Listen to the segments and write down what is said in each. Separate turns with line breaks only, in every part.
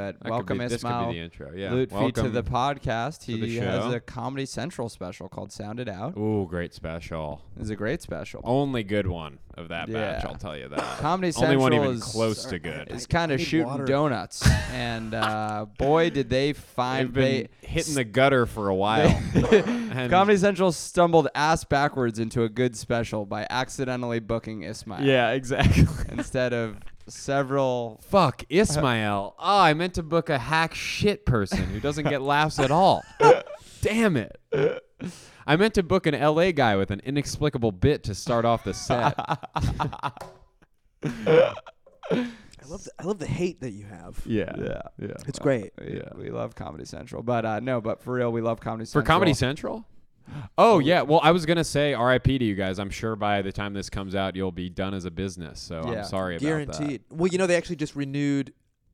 But
That could
welcome
be, this
Ismail
could be the intro. Yeah.
Lutfi to
welcome.
the podcast.
to the
He has
show.
a Comedy Central special called Sounded Out.
Ooh, great special.
It's a great special.
Only good one of that batch,
Yeah.
I'll tell you that.
Comedy
Only
Central
one even
is,
close to
Sorry,
good.
is
I
kind of
need
shooting
water.
donuts, and uh, boy, did they
I've
find
been hitting the gutter for a while.
they,
And-
Comedy Central stumbled ass backwards into a good special by accidentally booking Ismail
Yeah, exactly.
instead of several.
Fuck Ismail. Oh, I meant to book a hack shit person who doesn't get laughs at all. Damn it. I meant to book an LA guy with an inexplicable bit to start off the set.
I love the, I love the hate that you have.
yeah. Yeah. Yeah.
It's great.
We,
Yeah.
we love Comedy Central, but uh, no, but for real, we love Comedy
For
Central
Comedy Central? Oh yeah. Well, I was gonna say R.I.P. to you guys. I'm sure by the time this comes out, you'll be done as a business. So
Yeah.
I'm sorry about
Guaranteed. Well, you know they actually just renewed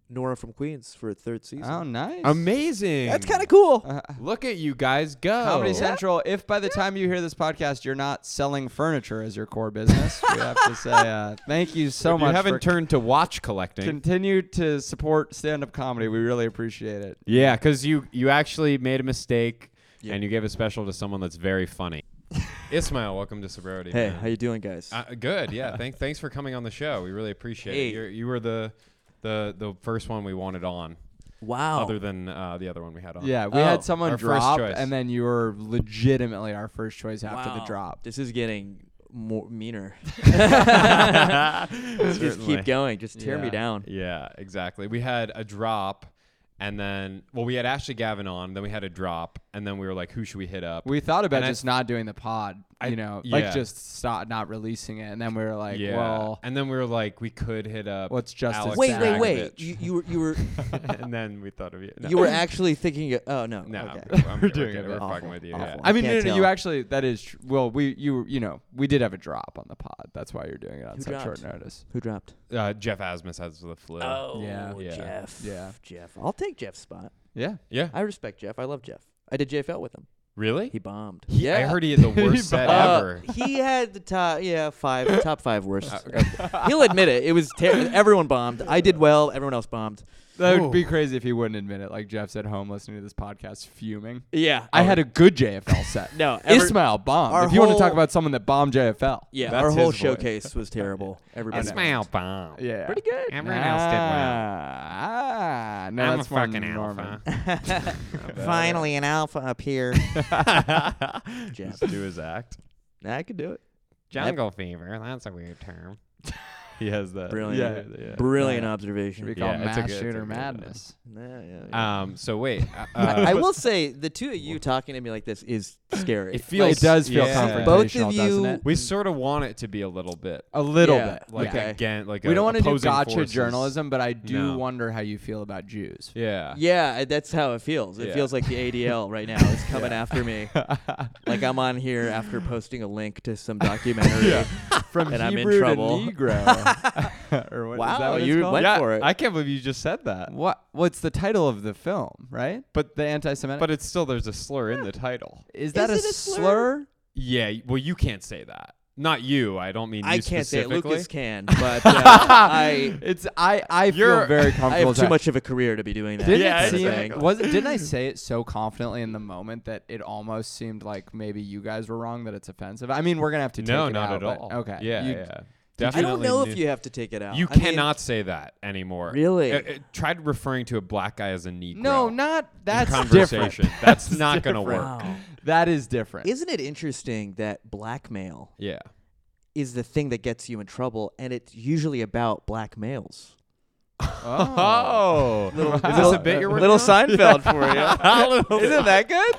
Nora from Queens for a third season.
Oh, nice.
that. Amazing.
That's kind of cool.
Uh,
Look at you guys go.
Oh.
Comedy Central. If by the time you hear this podcast, you're not selling furniture as your core business, we have to say uh, thank you so
If
much.
You
for
haven't turned to watch collecting.
continue to support stand-up comedy. We really appreciate it.
yeah, because you you actually made a mistake
Yeah.
and you gave a special to someone that's very funny. Ismail, welcome to Sobriety.
Hey,
man.
how you doing, guys?
Uh, good. Yeah. Thank, thanks for coming on the show. We really appreciate
Hey.
it. You're, you were the the the first one we wanted on,
wow.
other than uh, the other one we had on.
Oh. Yeah, we
Oh,
had someone
our first
drop,
choice.
and then you were legitimately our first choice after the drop.
This is getting more meaner. just
Certainly.
keep going. Just tear me
Yeah.
down.
Yeah, exactly. We had a drop, and then well, we had Ashley Gavin on. Then we had a drop, and then we were like, who should we hit up?
We thought about
And I-
just not doing the pod,
I-
you know, like
yeah.
just stop not releasing it, and then we were like,
yeah.
well,
and then we were like, we could hit up.
What's Justice
Alex
Wait,
Exactly.
wait, wait.
Dragovich.
You, you were you were
and then we thought of you. No.
you were actually thinking. Of, oh no.
No,
Okay.
I'm- I'm,
We're
we're
doing
doing
it.
We're
Awful,
fucking with you.
awful.
Yeah.
I mean,
Can't
no, no, no, you
tell.
actually that is tr- well, we you you know we did have a drop on the pod. That's why you're doing it on
Who
such short
dropped?
notice.
Who dropped?
Uh, Jeff Asmus has the flu.
Uh,
Yeah.
Uh, Yeah.
Oh, Jeff.
Yeah.
Jeff. I'll take Jeff's spot.
Yeah,
Yeah.
I respect Jeff. I love Jeff. I did JFL with him.
Really?
He bombed.
I heard he had the worst set
Uh,
ever.
he had the top, yeah, five, top five worst. Uh, He'll admit it. It was ter- everyone bombed. I did well. Everyone else bombed.
that would be crazy if he wouldn't admit it. Like Jeff's at home listening to this podcast, fuming.
Oh, Yeah,
I had a good JFL set.
No, ever-
Ismail bombed.
our
If you want to talk
whole-
about someone that bombed JFL,
yeah.
That's
Our whole
his voice.
showcase was terrible. Everybody.
Ismail bomb.
yeah,
Pretty good.
Everyone else did well.
Ah, ah. no,
I'm a
that's more
fucking
Norman.
alpha.
Finally, an alpha up here. Jeff.
Just do his act.
I could do it.
Jungle fever. That's a weird term. he has that.
Brilliant.
Yeah. yeah.
Brilliant
Yeah. Should
observation.
we
Yeah,
call
it's a
mass
good- it's a
shooter
good one.
madness?
Yeah, yeah, yeah.
Um. So wait. uh,
I, I
uh,
will say the two of you talking to me like this is scary.
It feels.
it does feel
yeah.
confrontational,
Both of
doesn't
you-
it?
We sort of want it to be a little bit
A little
Yeah,
bit.
like
yeah.
Okay.
again, like
we
a-
don't want to do
opposing
gotcha
forces.
journalism, but I do
No.
wonder how you feel about Jews.
Yeah.
Yeah, that's how it feels. It
Yeah.
feels like the ADL right now is coming after me. like I'm on here after posting a link to some documentary.
From
And I'm in
Hebrew
trouble.
to Negro. Or what- is
Wow,
that what it's
you
called?
went
Yeah,
for it.
I can't believe you just said that.
What? What's the title of the film? Right? But the anti-Semitic.
But it's still there's a slur in the title.
is that
Is
a,
it a
slur?
slur?
Yeah. Well, you can't say that. Not you. I don't mean
I
you
can't say it.
specifically.
Lucas can, but uh, I
It's I. I feel
You're-
very
I
comfortable.
have too
saying-
much of a career to be doing that.
Didn't
Yeah,
it
it's
seem,
like-
was didn't I say it so confidently in the moment that it almost seemed like maybe you guys were wrong that it's offensive? I mean, we're gonna have to take
No,
it
not
out,
at
but-
all.
Okay.
Yeah.
You-
yeah.
I don't
Definitely
know
new-
if you have to take it out.
You
I mean,
cannot say that anymore.
Really?
Uh, uh, try in to a black guy as a Negro.
No, not that's
conversation.
different.
That's, not going to work.
wow.
That is different.
Isn't it interesting that blackmail
Yeah.
is the thing that gets you in trouble, and it's usually about black males.
Oh.
Little-
Is this
little-
a bit you're working
Little
on?
Seinfeld for you. Isn't that good?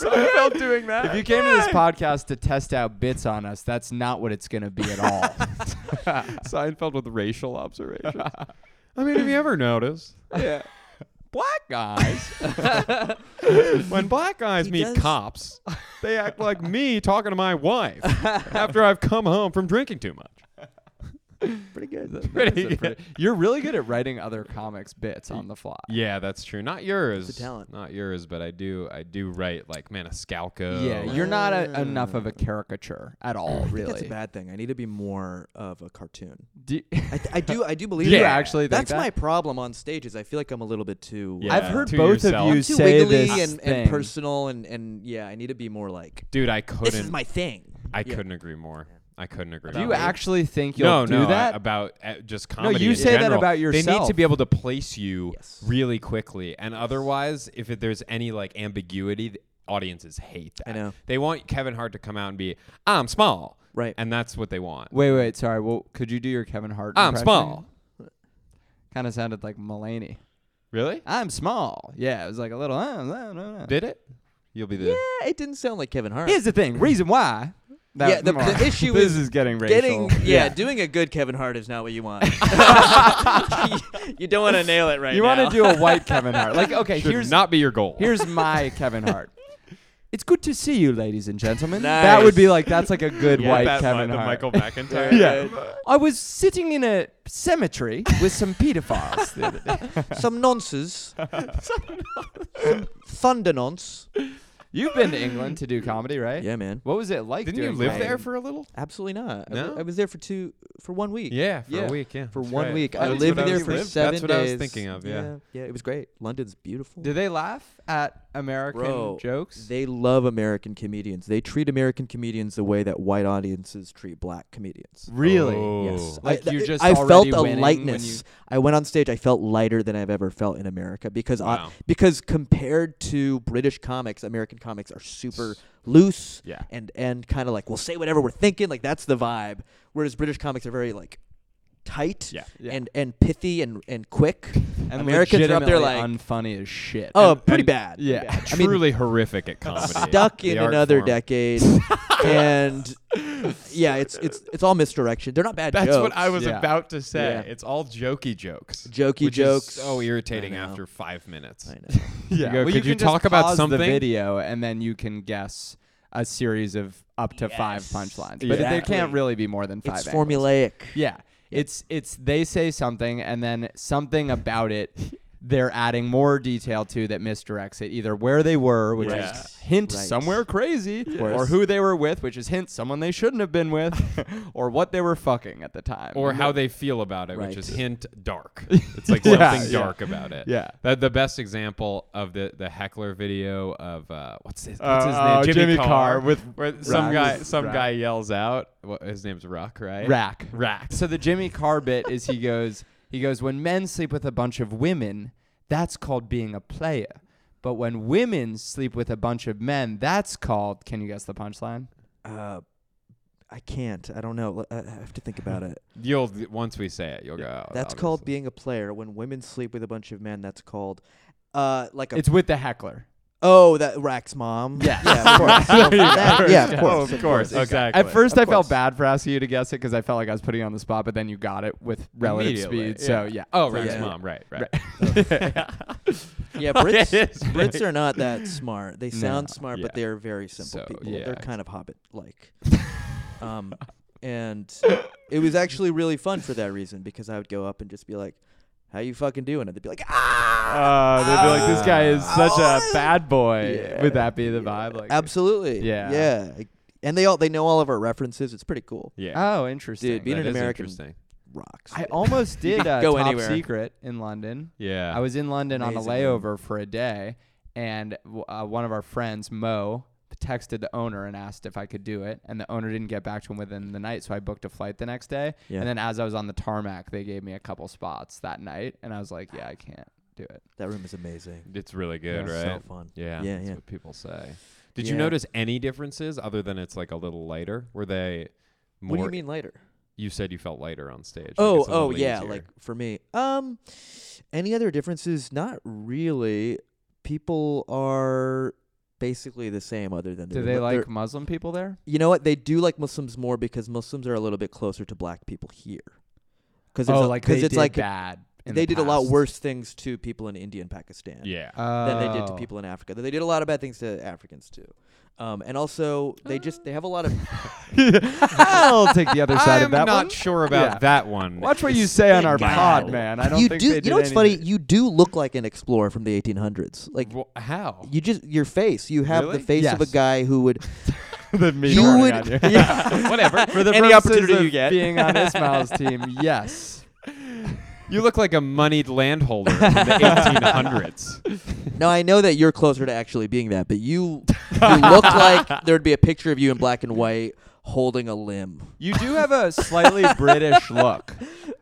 Seinfeld doing that.
If you came to this podcast to test out bits on us, that's not what it's going to be at all.
Seinfeld with racial observations. I mean, have you ever noticed
yeah. Black guys.
when black guys
He
meet
does-
cops, they act like me talking to my wife after I've come home from drinking too much.
pretty good.
Pretty good.
You're really good at writing other comics bits on the fly.
Yeah, that's true. Not yours.
It's a talent.
Not yours, but I do. I do write like Maniscalco.
Yeah, you're not a, enough of a caricature at all,
I think
really.
that's a bad thing. I need to be more of a cartoon.
Do-
I, th- I do. I do believe.
Yeah.
that.
You actually think
that's
that?
my problem on stage. Is I feel like I'm a little bit too.
Yeah.
I've heard
to
both
yourself.
of you
too
say
wiggly
this
and,
thing.
and personal and and yeah. I need to be more like.
Dude, I
This
couldn't.
is my thing.
I
Yeah.
couldn't agree more. I couldn't agree.
do you
more.
actually think you'll
no,
do
no, I-
that?
about uh, just comedy.
you
in
say that
general.
about
They need
yourself.
to be able to place you
Yes.
really quickly, and otherwise, if it- there's any like ambiguity, the audiences hate that.
I know.
They want Kevin Hart to come out and be, "I'm small,"
Right.
and that's what they want.
wait, wait, sorry. Well, could you do your Kevin Hart?
I'm small.
Kind of sounded like Mulaney.
Really?
I'm small. Yeah, it was like a little. Uh, no, no, no.
Did it? You'll be the.
Yeah, it didn't sound like Kevin Hart.
Here's the thing. Reason why. That-
Yeah, the-
come on.
the issue
this
is
is getting racial.
Getting yeah, doing a good Kevin Hart is not what you want. you, you don't want to nail it right
you
now.
want to do a white Kevin Hart? Like, okay,
Should
here's
not be your goal.
Here's my Kevin Hart. It's good to see you, ladies and gentlemen. That would be
Nice.
like that's like a good
Yeah,
white
that mi-
Kevin
the
Hart.
Michael McIntyre.
yeah. I was sitting in a cemetery with some pedophiles. the other day.
some nonsense. some thunder nonce.
You've been to England to do comedy, right?
Yeah, man.
What was it like?
Didn't you
doing
live
comedy?
there for a little?
Absolutely not. I,
No?
wa- I was there for two for one week.
Yeah, for
Yeah.
a week. Yeah,
For
that's
one
right.
week.
That
I
is
lived
what
there
was
for
living-
seven
That's
days.
what I was thinking of. Yeah.
yeah. Yeah, it was great. London's beautiful.
Do they laugh at American
Bro,
jokes?
They love American comedians. They treat American comedians the way that white audiences treat black comedians.
really?
Oh.
Like
I,
you're
th-
just
I felt
already
a
winning when
lightness.
you-
I went on stage. I felt lighter than I've ever felt in America because I,
Wow.
because compared to British comics, American comics are super loose
Yeah.
and and kind of like we'll say whatever we're thinking. Like that's the vibe. Whereas British comics are very like tight
Yeah.
Yeah.
and and pithy and and quick.
and
Americans are up there
legitimately
like
unfunny as shit.
oh,
and-
pretty
and-
bad. pretty
yeah.
bad. I mean,
truly horrific at comedy.
stuck
The
in
art
another
form.
decade, and yeah, it's it's it's all misdirection. They're not bad
That's
jokes.
what I was
Yeah.
about to say.
Yeah.
It's all jokey jokes.
Jokey
which
jokes.
Is so irritating
I know.
after five minutes.
I know.
Yeah.
You
well,
go, could
you,
you
can just
talk about
pause
something?
The video, and then you can guess a series of up to five
Yes.
punchlines, but they
Exactly.
can't really be more than five.
It's
angles.
formulaic.
Yeah. It's it's they say something, and then something about it. They're adding more detail to that misdirects it, either where they were, which
Right.
is hint
Right.
somewhere crazy,
course.
or who they were with, which is hint someone they shouldn't have been with, or what they were fucking at the time,
Or
And
how
the-
they feel about it,
Right.
which is hint dark. It's like
Yeah,
something
yeah.
dark about it.
Yeah.
The, the best example of the, the heckler video of uh, what's his
Uh,
what's his
uh,
name
Jimmy Carr with
where some
Rock.
guy some
Rock.
guy yells out what, his name's Ruck right
rack
Rack
So the Jimmy Carr bit is he goes he goes when men sleep with a bunch of women, that's called being a player. But when women sleep with a bunch of men, that's called can you guess the punchline?
Uh, I can't. I don't know. I I have to think about it.
you'll once we say it you'll go "Oh,
That's
obviously."
called being a player. When women sleep with a bunch of men, that's called, uh, like a
It's with the heckler.
oh that racks mom.
Yes.
yeah, of course. That- yeah, of
Oh,
course.
of course exactly
At first,
Of
I felt
course.
bad for asking you to guess it because I felt like I was putting you on the spot, but then you got it with relative
Immediately,
speed. So yeah.
oh
So,
right
yeah.
mom right right,
Yeah, Brits.
Yes,
Brits are not that smart. They sound smart, but
yeah.
they are very simple
So,
people.
yeah.
They're kind of hobbit like. um, and it was actually really fun for that reason because I would go up and just be like, "How you fucking doing?" And they'd be like,
Uh,
"Ah."
they'd be like, this guy is such a
Oh.
bad boy.
Yeah.
Would that be the vibe? Like,
Absolutely.
Yeah.
Yeah. Like, And they all they know all of our references. It's pretty cool.
yeah
Oh, interesting.
Dude, being
That
an
is
American-
interesting.
Rocks.
I
dude.
almost did uh,
go
Top
anywhere.
Secret in London.
yeah
I was in London on a
Amazing
layover for a day, and w- uh, one of our friends, Mo, texted the owner and asked if I could do it, and the owner didn't get back to him within the night, so I booked a flight the next day.
Yeah.
And then as I was on the tarmac, they gave me a couple spots that night, and I was like, "Yeah, I can't do it."
that room is amazing.
it's really good
Yeah,
It's
right
So fun.
yeah
Yeah,
that's
yeah.
what people say did you
Yeah.
notice any differences other than it's like a little lighter were they more
What do you mean later?
you said you felt lighter on stage like
Oh,
it's a
oh
little
yeah,
easier.
like for me. Um any other differences? Not really. People are basically the same other than
Do
they're-
they
they're-
like Muslim people there?
You know what? They do like Muslims more because Muslims are a little bit closer to black people here. Cuz
oh,
a,
like
'cause
they
it's
did
like
bad in
they
the
did a lot
past.
worse things to people in India and Pakistan
Yeah.
than they did to
Oh.
people in Africa. They did a lot of bad things to Africans too. Um, and also they just they have a lot of
I'll take the other side
I'm
of that
not
one.
sure about
Yeah.
that one.
Watch what you say on our
Wow.
pod, man. I don't
you
think
do
they did
you know what's funny?
anything.
You do look like an explorer from the 1800s. Like
Wh- How?
you just your face. You have
Really?
the face of a
Yes.
guy who would
The meat
you
order
would-
on you.
Yeah, whatever.
For the
Any
purposes
opportunity
of
you get.
being on Ismail's team, yes.
You look like a moneyed landholder in the 1800s.
Now I know that you're closer to actually being that, but you you look like there'd be a picture of you in black and white holding a limb.
You do have a slightly British look.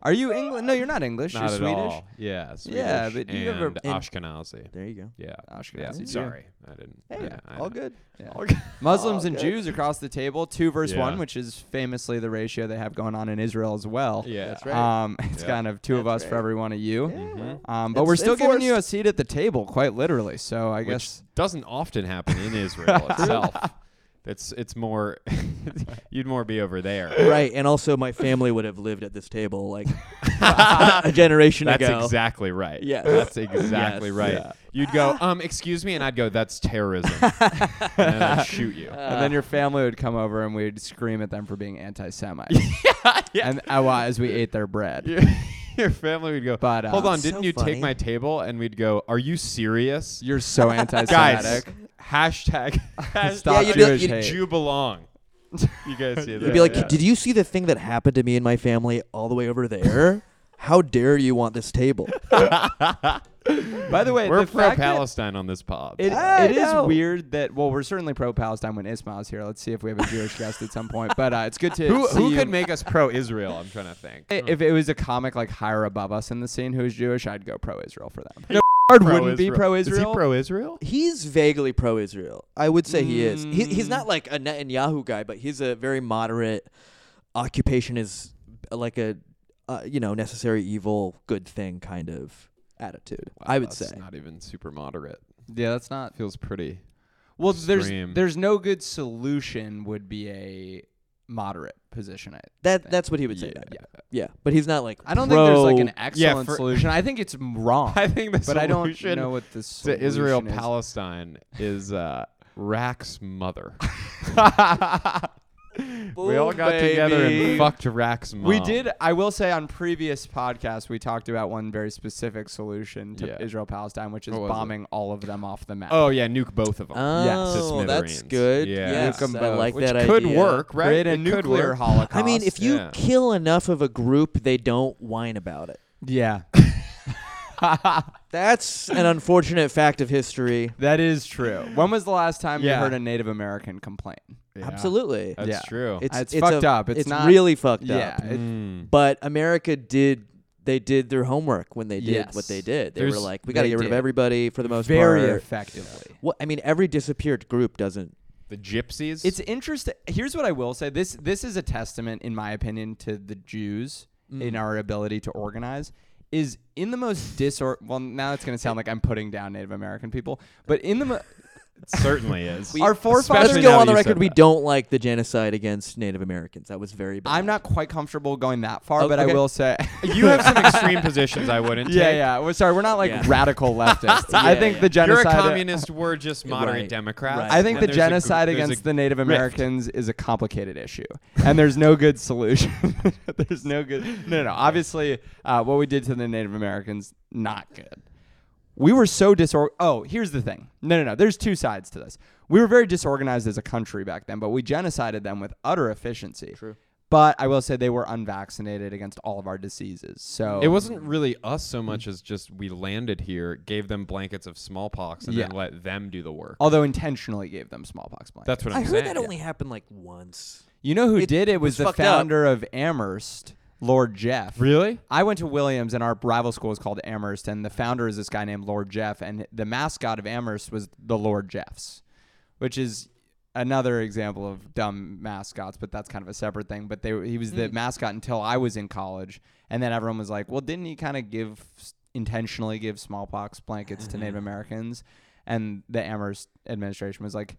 Are you English? No, you're not English.
Not
you're
at
Swedish.
all. Yeah, Swedish
Yeah, but you ever-
and
and-
Ashkenazi.
There you go.
Yeah.
Ashkenazi
yeah.
too.
Sorry, I didn't.
Hey,
yeah, I
all
know.
good. Oh, Yeah.
All good.
Muslims
All
and
good.
Jews across the table, two versus
Yeah.
one, which is famously the ratio they have going on in Israel as well.
Yeah.
That's right.
Um, it's
Yeah.
kind of two of us
That's
for
right.
every one of you.
Mhm.
Um, but
It's
we're still giving
enforced.
you a seat at the table, quite literally. So I guess
Which doesn't often happen in Israel itself. It's it's more you'd more be over there.
Right, and also my family would have lived at this table like a generation
That's
ago.
exactly right.
Yes.
That's exactly
Yes.
right.
Yeah.
You'd go, um, excuse me, and I'd go, that's terrorism. and then I'd shoot you.
and then your family would come over and we'd scream at them for being anti-Semite, and uh, well, as we ate their bread.
your, your family would go,
But, uh,
hold on,
So
didn't you take
funny.
my table? And we'd go, are you serious?
You're so anti-Semitic.
Guys, hashtag, hashtag
Stop
Yeah, you'd be like-
Jewish
you'd-
hate.
Jew belong. You guys see that?
You'd be like,
yeah.
"Did you see the thing that happened to me and my family all the way over there? How dare you want this table?"
By the way,
We're
the fact that-
pro-Palestine on this pod.
It,
I
it is
know.
weird that well we're certainly pro Palestine when Ismail's here. Let's see if we have a Jewish guest at some point. But uh, it's good to
who
see
who
you.
could make us pro-Israel? I'm trying to think.
I- if it was a comic like higher above us in the scene who is Jewish, I'd go pro Israel for them. No, Bard wouldn't be pro
Is he
Israel.
pro-Israel?
He's vaguely pro-Israel. I would say he is. He, he's
Mm.
not like a Netanyahu guy, but he's a very moderate. Occupation is like a, uh, you know, necessary evil, good thing kind of attitude. I would
That's
say.
not even super moderate.
yeah, that's not.
Feels pretty.
Well, there's
Extreme.
there's no good solution would be a moderate position. I,
That that's what he would say. Yeah,
yeah.
yeah. but he's not like.
I don't think there's like an
pro-
excellent
for-
solution. I think it's wrong.
I think the
but I don't
solution
know what the
to
solution
Israel
is.
Palestine is uh, Rack's mother. we all
Boom,
got together and
baby.
fucked Rack's mom.
We did. I will say on previous podcasts, we talked about one very specific solution to
Yeah.
Israel Palestine, which is
What was it?
bombing all of them off the map.
Oh yeah, nuke both of them.
Uh,
Oh,
To
that's
smithereens.
good.
Yeah.
Yes,
Nuke 'em
I
both,
like
which
that
could
idea.
work, right?
create a
It could
nuclear
work.
holocaust.
I mean, if you
Yeah.
kill enough of a group, they don't whine about it.
yeah,
That's an unfortunate fact of history.
that is true. When was the last time
Yeah.
you heard a Native American complain?
Yeah.
Absolutely.
That's
Yeah.
true.
It's,
It's fucked
a-
up. It's not-
really fucked
yeah,
up.
it-
Mm.
But America did they did their homework when they did
Yes.
what they did. They were
There's-
like, we got to
they
get rid of
did.
everybody for the
Mm.
most
very
part.
effectively.
What I mean, every disappeared group doesn't.
The gypsies.
It's interesting. Here's what I will say. This this is a testament, in my opinion, to the Jews in
Mm.
our ability to organize. Is in the most disor. Well, now it's going to sound like I'm putting down Native American people, but in the mo-
certainly is.
Our forefathers-
Let's
Especially
go
now
on
that
the
you said
record. We
that.
don't like the genocide against Native Americans. That was very bad.
I'm not quite comfortable going that far,
Oh,
but I
okay.
will say.
You have some extreme positions I wouldn't
yeah,
take.
yeah. We're sorry, we're not like
Yeah.
radical leftists. I
Yeah,
think
yeah.
the genocide.
You're a communist. We're just moderate
Right,
Democrats.
right.
I think
And
the
there's a gr-
genocide
there's a
against the Native Americans is a complicated issue, and there's no good solution. there's no good. No, no. no. Obviously, uh, what we did to the Native Americans, not good. We were so disorganized. Oh, here's the thing. No, no, no. There's two sides to this. We were very disorganized as a country back then, but we genocided them with utter efficiency. True. But I will say they were unvaccinated against all of our diseases. So
It wasn't really us so much as just we landed here, gave them blankets of smallpox, and then
Yeah.
let them do the work.
although intentionally gave them smallpox blankets.
That's what
I
I'm
heard
saying.
that only happened like once.
you know who
It
did it
was
was the
fucked up.
founder of Amherst, Lord Jeff.
Really?
I went to Williams and our rival school is called Amherst and the founder is this guy named Lord Jeff and the mascot of Amherst was the Lord Jeffs, which is another example of dumb mascots, but that's kind of a separate thing, but they were- he was the
Mm.
mascot until I was in college and then everyone was like, "Well, didn't he kind of give intentionally give smallpox
Mm-hmm.
blankets to Native Americans?" And the Amherst administration was like,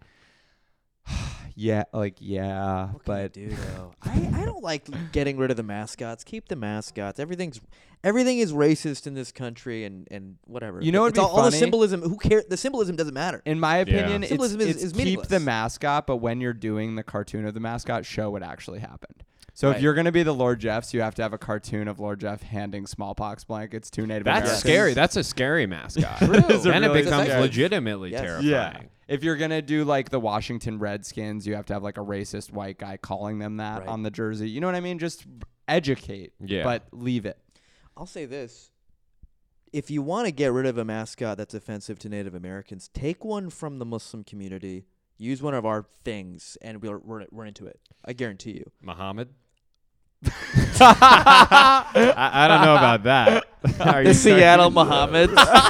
yeah, like yeah,
What can you
but
do though? I, I don't like getting rid of the mascots. Keep the mascots. Everything's everything is racist in this country and and whatever.
You know what'd
it's
be
all, all the
funny?
symbolism. Who cares? The symbolism doesn't matter.
in my opinion, it's,
Symbolism is-
it's
is
keep the
meaningless.
mascot, but when you're doing the cartoon of the mascot, show what actually happened. So if
Right.
you're gonna be the Lord Jeffs, you have to have a cartoon of Lord Jeff handing smallpox blankets to Native
That's
Americans.
scary. That's a scary mascot.
It's a
then
really
it becomes
scary-
legitimately
Yes.
terrifying.
Yeah. If you're gonna do like the Washington Redskins, you have to have like a racist white guy calling them that
Right.
on the jersey. You know what I mean? Just educate,
Yeah.
but leave it.
I'll say this. If you want to get rid of a mascot that's offensive to Native Americans, take one from the Muslim community. Use one of our things, and we'll run, run into it. I guarantee you.
Muhammad. I, I don't know about that. Are you sure?
yeah.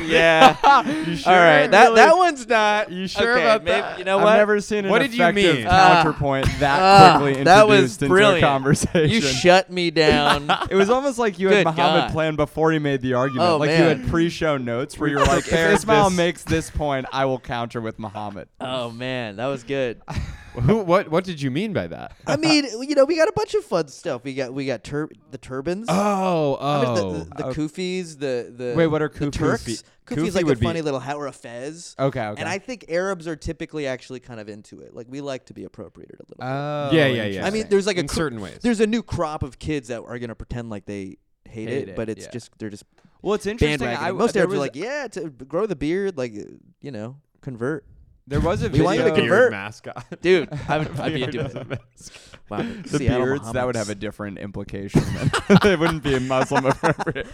You sure?
All right. That
Really?
that one's not.
You sure
okay,
about
maybe-
that?
You know
I've
what?
never seen an
What did you
effective
mean?
Ah.
counterpoint that
Ah,
quickly
that was
introduced into a
brilliant.
conversation.
you shut me down.
it was almost like you had
Good
Muhammad
God.
planned before he made the argument.
Oh,
like
man.
you had pre-show notes where you were like, if
Prepared
Ismail
this.
makes this point, I will counter with Muhammad.
oh man, that was good.
Who, what What did you mean by that?
I mean, you know, we got a bunch of fun stuff. We got we got tur- the turbans.
Oh,
I mean,
oh.
the, the, the
Oh.
kufis, the the
Wait, what are
the
kufi-
Turks?
kufi-
Kufi's
kufi
like
would
a
be-
funny little hat or a fez.
Okay, okay.
And I think Arabs are typically actually kind of into it. Like we like to be appropriated a little.
oh,
Yeah, yeah, yeah.
bit. I mean,
interesting.
there's like a
in
cr-
certain ways.
there's a new crop of kids that are gonna pretend like they hate,
Hate it,
but it's
yeah.
just they're just
well, it's interesting.
bandwagon.
I,
Most
there
Arabs
was,
are like, yeah, to grow the beard, like uh, you know, convert.
there was a
We
video.
want you to
Beard
convert.
mascot.
Dude, I would, I'd be
Beard
into it.
mascot.
Wow,
the
Seattle
beards that would
Muhammads.
have a different implication. it wouldn't be a Muslim appropriate.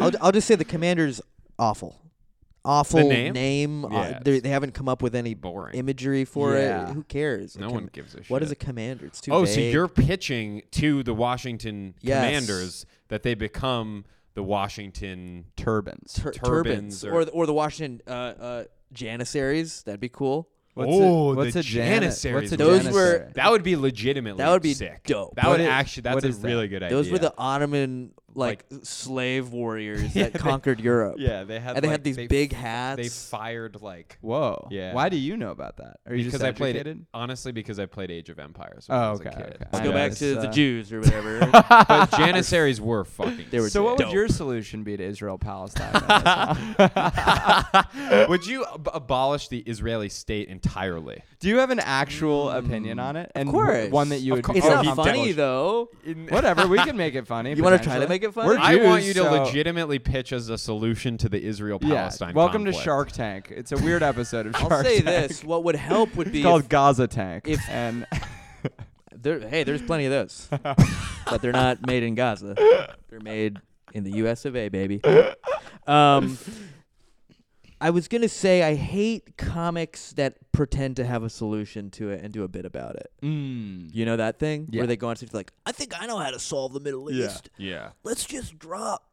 I'll, I'll just say the commander's awful. Awful
name?
name, uh,
Yeah,
they
it's
they haven't come up with any
boring.
imagery for
Yeah.
it. Who cares? A
No
com-
one gives a shit.
What is a commander? It's too
Oh, so
vague.
you're pitching to the Washington
Yes.
Commanders that they become the Washington.
Turbans.
Tur-
turbans
turbans
or-
or the- or the Washington uh, uh, janissaries. That'd be cool.
What's a,
Oh, the
what's a jani-
Janissaries.
What's a
Those were-
janissary?
That would be legitimately.
That would be
sick.
dope.
That
What
would
is-
actually.
what
That's a
is that?
really good idea.
Those were the Ottoman like, slave warriors that conquered Europe.
Yeah, they had.
and they
like,
had these
they
big
They
hats.
fired like
Whoa.
Yeah.
Why do you know about that? Are you
because
just
I played
educated?
it honestly because I played Age of Empires. When I
Oh,
was
okay.
a kid.
okay.
Let's
I
go
know
back
it's,
to the
uh,
Jews or whatever.
But Janissaries were fucking.
They were
So, what would
Dope.
your solution be to Israel Palestine?
would you ab- abolish the Israeli state entirely?
do you have an actual opinion on it? And
course.
one that you
Of
would
course.
it's
Oh,
not
he
funny
deviled-
though.
Whatever, we can make it funny.
You wanna try to
potentially.
make it funny?
We're
I want you
Jews,
to
so-
legitimately pitch as a solution to the Israel Palestine.
Yeah. Welcome to
conflict.
Shark Tank. It's a weird episode of Shark
I'll say
Tank.
this: what would help would
It's
be if-
called Gaza Tank.
if-
and
There, hey, there's plenty of those, but they're not made in Gaza. They're made in the U.S. of A. Baby. Um, I was gonna say I hate comics that pretend to have a solution to it and do a bit about it.
Mm.
You know that thing
Yeah.
where they go on stage like, "I think I know how to solve the Middle
Yeah.
East.
Yeah.
Let's just drop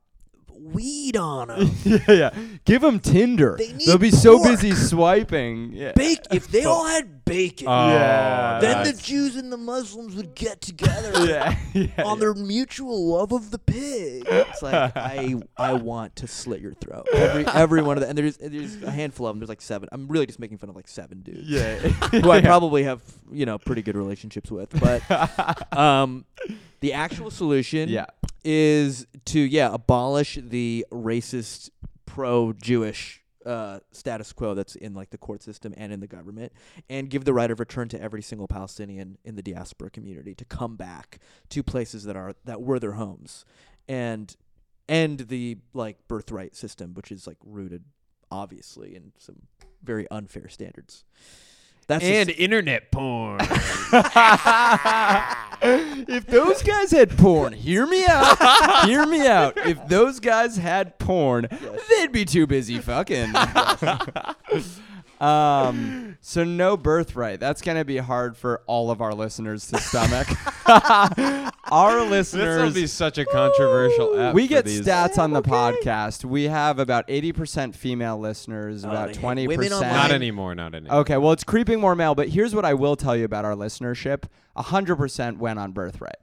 weed on them.
yeah, yeah. Give them Tinder.
They need
will be so
pork.
busy swiping. Yeah.
Bake if they all had bacon."
Oh, Yeah.
then the
that's-
Jews and the Muslims would get together
yeah. yeah.
on their mutual love of the pig. It's like I I want to slit your throat. Every every one of the and there's there's a handful of them. There's like seven. I'm really just making fun of like seven dudes
yeah.
who I probably have you know pretty good relationships with. But um, the actual solution
Yeah.
is to yeah abolish the racist pro-Jewish. Uh, status quo that's in like the court system and in the government, and give the right of return to every single Palestinian in the diaspora community to come back to places that are that were their homes, and end the like birthright system, which is like rooted obviously in some very unfair standards. That's just-
And internet porn.
if those guys had porn, hear me out. hear me out. If those guys had porn, they'd be too busy fucking. um, so no birthright. That's gonna be hard for all of our listeners to stomach. our
this will
listeners.
be such a controversial. ep
we
for
get
these.
stats on the podcast. We have about 80% female listeners, about
Oh, they
20%.
hate women online.
Not anymore. Not anymore.
Okay, well, it's creeping more male, but here's what I will tell you about our listenership 100% went on birthright.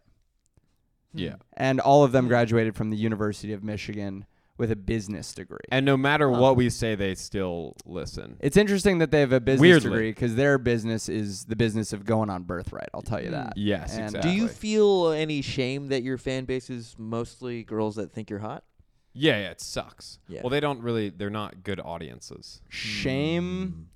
Yeah.
And all of them graduated from the University of Michigan with a business degree.
And no matter
Oh.
what we say, they still listen.
It's interesting that they have a business
Weirdly.
degree because their business is the business of going on birthright. I'll tell you that.
Yes,
And-
exactly.
Do you feel any shame that your fan base is mostly girls that think you're hot?
Yeah, yeah, it sucks.
Yeah.
Well, they don't really. They're not good audiences.
Shame.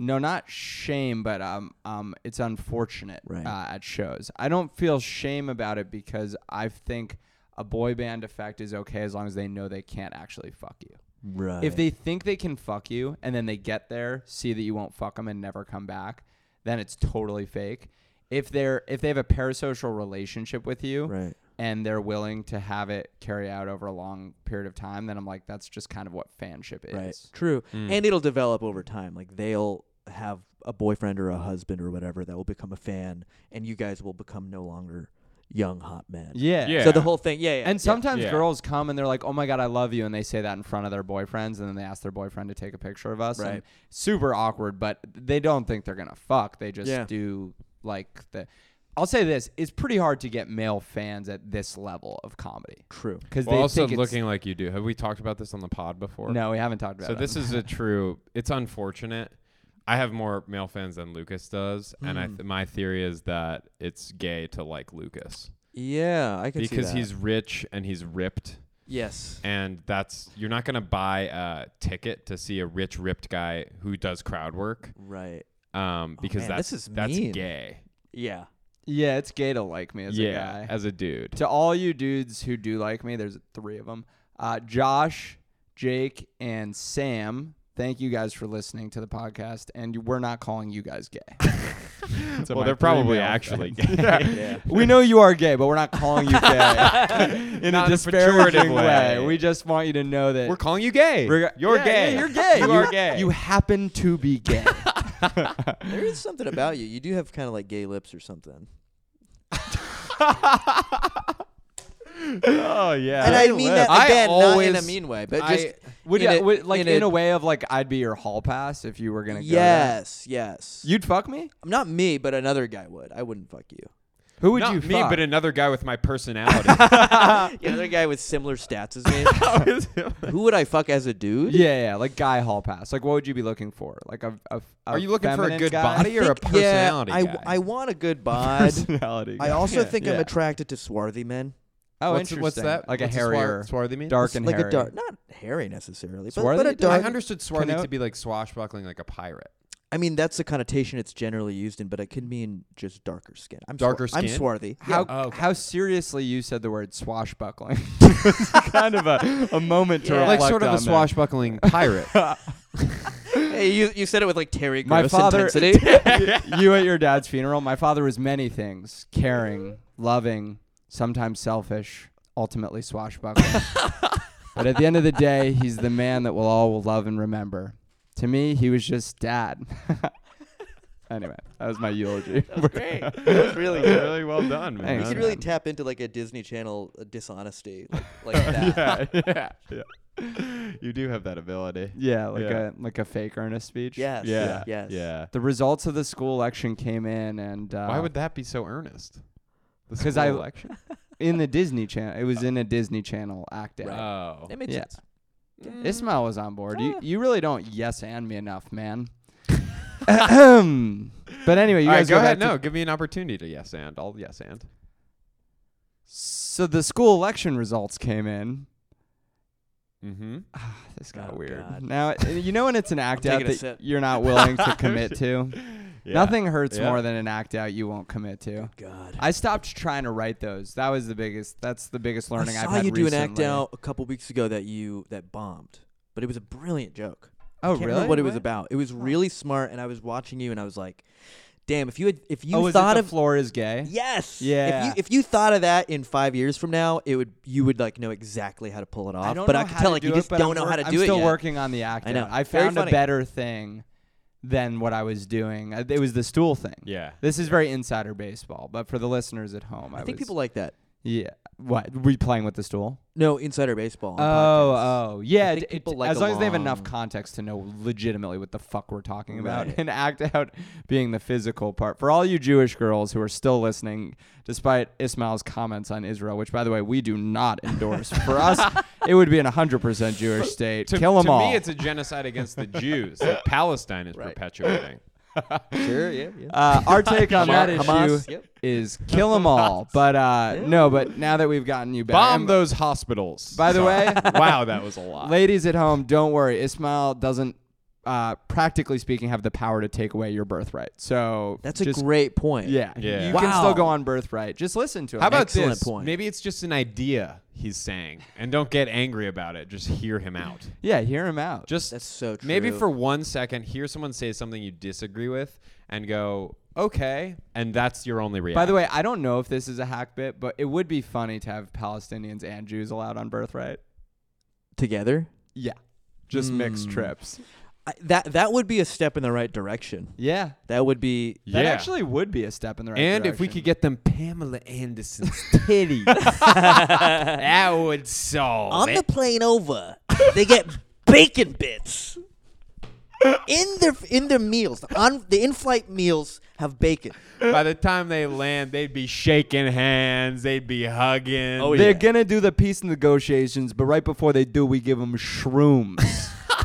No, not shame, but um, um, it's unfortunate
Right.
uh, at shows. I don't feel shame about it because I think a boy band effect is okay as long as they know they can't actually fuck you.
Right.
If they think they can fuck you and then they get there, see that you won't fuck them and never come back, then it's totally fake. If they're if they have a parasocial relationship with you
Right.
and they're willing to have it carry out over a long period of time, then I'm like that's just kind of what fanship is.
Right. True. And it'll develop over time. Like they'll have a boyfriend or a husband or whatever that will become a fan, and you guys will become no longer young hot men.
Yeah.
Yeah.
So the whole thing. Yeah. yeah
And
yeah.
sometimes
Yeah.
girls come and they're like, "Oh my god, I love you," and they say that in front of their boyfriends, and then they ask their boyfriend to take a picture of us. and
Right.
super awkward, but they don't think they're gonna fuck. They just
Yeah.
do like the. I'll say this: it's pretty hard to get male fans at this level of comedy
True.
because
Well,
they
also
think
looking like you do. Have we talked about this on the pod before?
It's, no, we haven't talked about.
So
it.
this is a true. It's unfortunate. I have more male fans than Lucas does, and I
Hmm.
th- my theory is that it's gay to like Lucas
Yeah, I can see
because
that.
he's rich and he's ripped,
yes.
and that's you're not gonna buy a ticket to see a rich ripped guy who does crowd work,
Right.
um,
Oh,
because
man,
that's
this is
that's
mean.
gay.
Yeah.
yeah, it's gay to like me as
yeah,
a guy.
as a dude.
To all you dudes who do like me, there's three of them: uh, Josh, Jake, and Sam. Thank you guys for listening to the podcast, and you- we're not calling you guys gay. So
well,
my
they're
three
probably
male
actually
friends.
gay.
Yeah.
we know you are gay, but we're not calling you gay in
Not
a
in a
disparaging
pejorative
way.
way.
We just want you to know that
We're calling you gay.
Reg-
you're
Yeah,
gay.
yeah, you're gay.
You are gay.
You happen to be gay.
There is something about you. You do have kind of like gay lips or something.
oh yeah.
And I mean that
I
again, not in a
always-
mean way, but
I-
just
Would,
in
you,
a-
would like in,
in
a,
a-
way of like I'd be your hall pass if you were gonna go. to that?
yes, yes.
You'd fuck me?
not me, but another guy would. I wouldn't fuck you.
Who would
Not
you
me,
fuck?
but another guy with my personality.
Yeah, another guy with similar stats as me. Who would I fuck as a dude?
Oh, yeah, yeah, like guy hall pass. Like what would you be looking for? Like a, a, a
Are you looking for a
feminine
good
guy?
body? You're a personality
yeah, I,
guy.
I want a good bod.
Personality.
I
guy.
also think I'm
Yeah.
attracted to swarthy men.
Oh,
what's,
interesting.
what's that?
Like
what's
a hairier,
Swarthy mean?
dark and
like
hairy.
a dark, not hairy necessarily, but,
Swarthy?
but
I
a dark.
I understood Swarthy
Connote?
to be like swashbuckling, like a pirate.
I mean, that's the connotation it's generally used in, but it could mean just darker skin. I'm
Darker
swar- I'm
skin?
swarthy.
How
Yeah. Oh, okay.
how seriously you said the word swashbuckling? It's kind of a, a moment to
Yeah.
Like
reflect
sort of a
on that.
swashbuckling pirate.
Hey, you, you said it with like Terry
My
Gross
father-
intensity.
you at your dad's funeral. My father was many things: caring, loving, sometimes selfish, ultimately swashbuckling. but at the end of the day, he's the man that we'll all love and remember. To me, he was just dad. anyway, that was my eulogy.
Great. That was really good.
really well done,
man.
You
Thanks.
should
Okay.
really tap into like a Disney Channel uh, dishonesty, like, like that.
yeah, yeah, yeah. You do have that ability.
yeah, like
Yeah.
a like a fake earnest speech.
Yes.
Yeah.
Yes.
Yeah.
The results of the school election came in, and uh,
Why would that be so earnest?
'Cause
Because
I-
election.
in the Disney channel? It was in a Disney Channel act out.
Oh.
That makes
Yeah.
sense.
Ismail was on board.
Ah.
You you really don't yes and me enough, man. but anyway, you
All right,
guys
go ahead.
back to-
No, give me an opportunity to yes and. I'll yes and.
So the school election results came in.
Mm-hmm.
This got
Oh,
weird.
God.
Now uh, you know when it's an act out
taking a
that
sip.
you're not willing to commit to. Nothing hurts
Yeah.
more than an act out you won't commit to.
God.
I stopped trying to write those. That was the biggest. That's the biggest learning
I
have
saw
had
you do an act
recently.
out a couple weeks ago that you that bombed, but it was a brilliant joke.
Oh
I can't
really?
Remember what it was about? It was really smart, and I was watching you, and I was like, "Damn! If you had, if you
oh, was
thought
it the
of
floor is gay?
yes,
Yeah.
If you if you thought of that in five years from now, it would you would like know exactly how to pull it off.
I don't
but
know
I could
how
tell
to
like
do
you
it,
just
but
don't
I'm
know
wor-
how to
I'm
do it
still
yet.
working on the act.
I know.
out. I
Very
found a
funny.
better thing than what I was doing. Uh, It was the stool thing.
Yeah.
This is very insider baseball, but for the listeners at home, I,
I think
was-
people like that.
Yeah. What? We playing with the stool?
No, Insider Baseball.
Oh,
on podcasts.
oh, yeah. it-
think
it-
people like
as
a
long as they have
long-
enough context to know legitimately what the fuck we're talking about
Right.
and act out being the physical part. For all you Jewish girls who are still listening, despite Ismail's comments on Israel, which by the way we do not endorse. For us, it would be an 100% Jewish state.
To,
Kill them
to
all.
me, it's a genocide against the Jews that Palestine is perpetuating.
Sure, yeah, yeah.
Uh, our take on that issue
Hamas, yep.
is kill them all. But uh, no, but now that we've gotten you back,
Bomb
and
those hospitals.
By the
Sorry.
way-
wow, that was a lot.
ladies at home, don't worry. Ismail doesn't, uh, practically speaking, have the power to take away your birthright. So
That's a
just-
great point.
Yeah,
Yeah.
you can still
Wow.
go on birthright. Just listen to him.
How about
Excellent
this?
point.
Maybe it's just an idea he's saying, and don't get angry about it. Just hear him out.
yeah, hear him out.
Just
That's so true.
maybe for one second, hear someone say something you disagree with, and go, "Okay," and that's your only reaction.
By the way, I don't know if this is a hack bit, but it would be funny to have Palestinians and Jews allowed on birthright.
together.
Yeah, just
Hmm.
mixed trips.
I, that that would be a step in the right direction.
Yeah,
That would be
that
Yeah.
actually would be a step in the right
and
direction.
if we could get them Pamela Anderson's titties, that would solve
on
it.
the plane over, they get bacon bits in their in their meals. The on the in-flight meals have bacon.
By the time they land, they'd be shaking hands, they'd be hugging.
Oh,
They're
yeah.
gonna do the peace negotiations, but right before they do, we give them shrooms.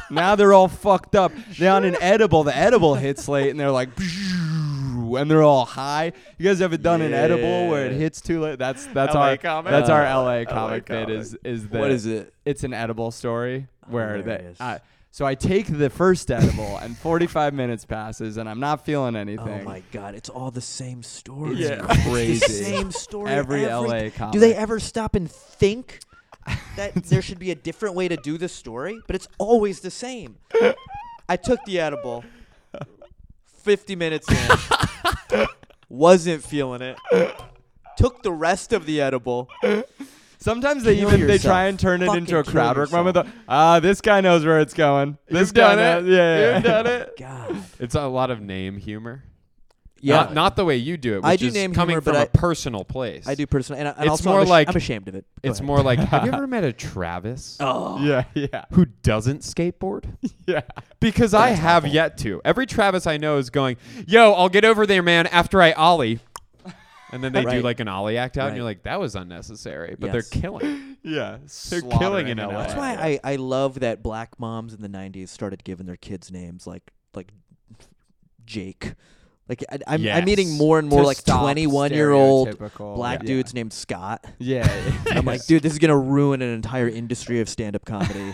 now they're all fucked up. They're on an edible. The edible hits late, and they're like, and they're all high. You guys ever done an edible where it
Yeah.
hits too late? That's that's
LA
our
comic?
that's our
Uh,
LA
LA
comic bit.
comic.
Is is that
what is it? Oh,
It's an edible story where that.
Hilarious.
I, so I take the first edible, and 45 minutes passes, and I'm not feeling anything.
Oh my god, it's all the same story.
Yeah.
It's the
Crazy.
same story.
Every LA
Do they
comic.
ever stop and think that there should be a different way to do this story? But it's always the same.
I took the edible. 50 minutes in. wasn't feeling it. Took the rest of the edible.
Sometimes they
Kill
even they
yourself.
try and turn it
Fucking
into a
kill
crowd work
yourself.
moment. Though, ah, this guy knows where it's going. This
You've
guy
done
knows-
it.
Yeah, yeah,
You've
yeah.
done it.
God.
It's a lot of name humor.
Yeah.
Not, not the way you do it. Which
I do
is
name
coming
humor,
from
but
a
I-
personal place.
I do personally and, I, and
It's
also
more
I'm, ash-
like-
I'm ashamed of it. Go
It's
ahead.
more like, have you ever met a Travis
Oh.
Yeah, yeah,
who doesn't skateboard?
yeah.
Because I have yet to. Every Travis I know is going, yo, I'll get over there, man, after I ollie. And then they do
Right.
like an ollie act out, and
Right.
you're like, that was unnecessary. But
Yes.
they're killing.
Yeah,
They're
Slaughtering
killing in LA.
That's why I, I love that black moms in the 90s started giving their kids names like like Jake. Like I, I'm, I'm meeting
Yes.
more and more
To
like
stop
21 year old
stereotypical-
black
yeah.
dudes named Scott.
Yeah, yeah.
I'm like, dude, this is gonna ruin an entire industry of stand-up comedy,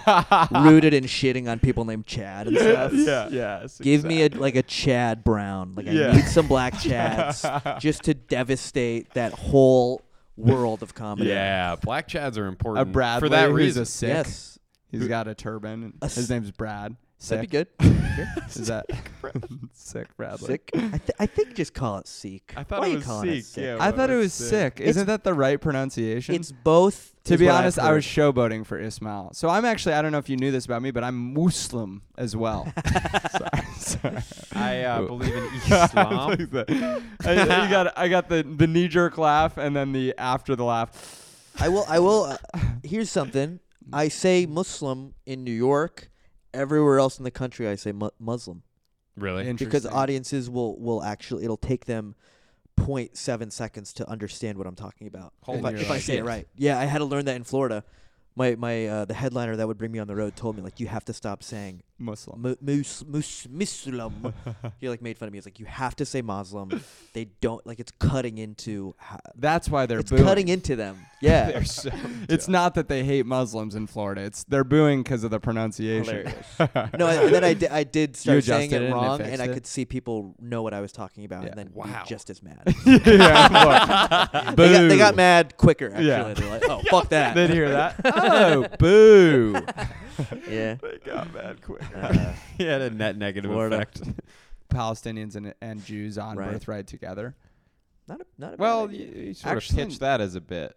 rooted in shitting on people named Chad and stuff.
yeah, yes.
Give me a like a Chad Brown. Like
Yeah.
I need some black Chads just to devastate that whole world of comedy.
Yeah, black chads are
A
important
Brad
for that reason.
He's a sick.
Yes.
He's got a turban.
A
His
s-
name's Brad.
That'd be
Sick.
good.
Is that sick, Bradley?
Sick. I, th- I think just call it Seek.
I thought
Why
it
you
was
calling
Sikh,
It sick?
yeah,
I thought it was
Sick.
sick. Isn't that the right pronunciation?
It's both.
To
is
be
what I've
honest, I was
heard.
showboating for Ismail. So I'm actually, I don't know if you knew this about me, but I'm Muslim as well. sorry, sorry.
I uh,
Ooh.
believe in
I
Islam.
like that. I, you got, I got the, the knee jerk laugh and then the after the laugh.
I
I will. I will. Uh, here's something. I say Muslim in New York. Everywhere else in the country, I say mu- Muslim
really?
because
Interesting.
audiences will will actually it'll take them 0.7 seconds to understand what I'm talking about.
Hold
if
on.
I, if I say it right, yeah, I had to learn that in Florida. My my uh, the headliner that would bring me on the road told me like you have to stop saying
Muslim.
mu- mus- mus- Muslim. he like made fun of me. He's like you have to say Muslim. They don't like it's cutting into. ho-
That's why they're
it's
booing.
cutting into them. Yeah.
They're so
it's not that they hate Muslims in Florida. It's they're booing because of the pronunciation.
No, and and then I, di- I did start saying
adjusted it
it
and it
wrong, and,
fixed
I
it?
could see people know what I was talking about,
Yeah.
and then be
Wow.
just as mad.
yeah, look.
They got, they got
Boo.
mad quicker. Actually,
Yeah.
they're like, "Oh, fuck that."
They'd hear that. Oh, boo.
yeah.
They got mad quick.
Uh,
he had a net negative
Florida.
effect.
Palestinians and, and Jews on
Right.
birthright together.
not a, not a bad
Well,
idea.
you, you sort
Actually-
of pitched that as a bit.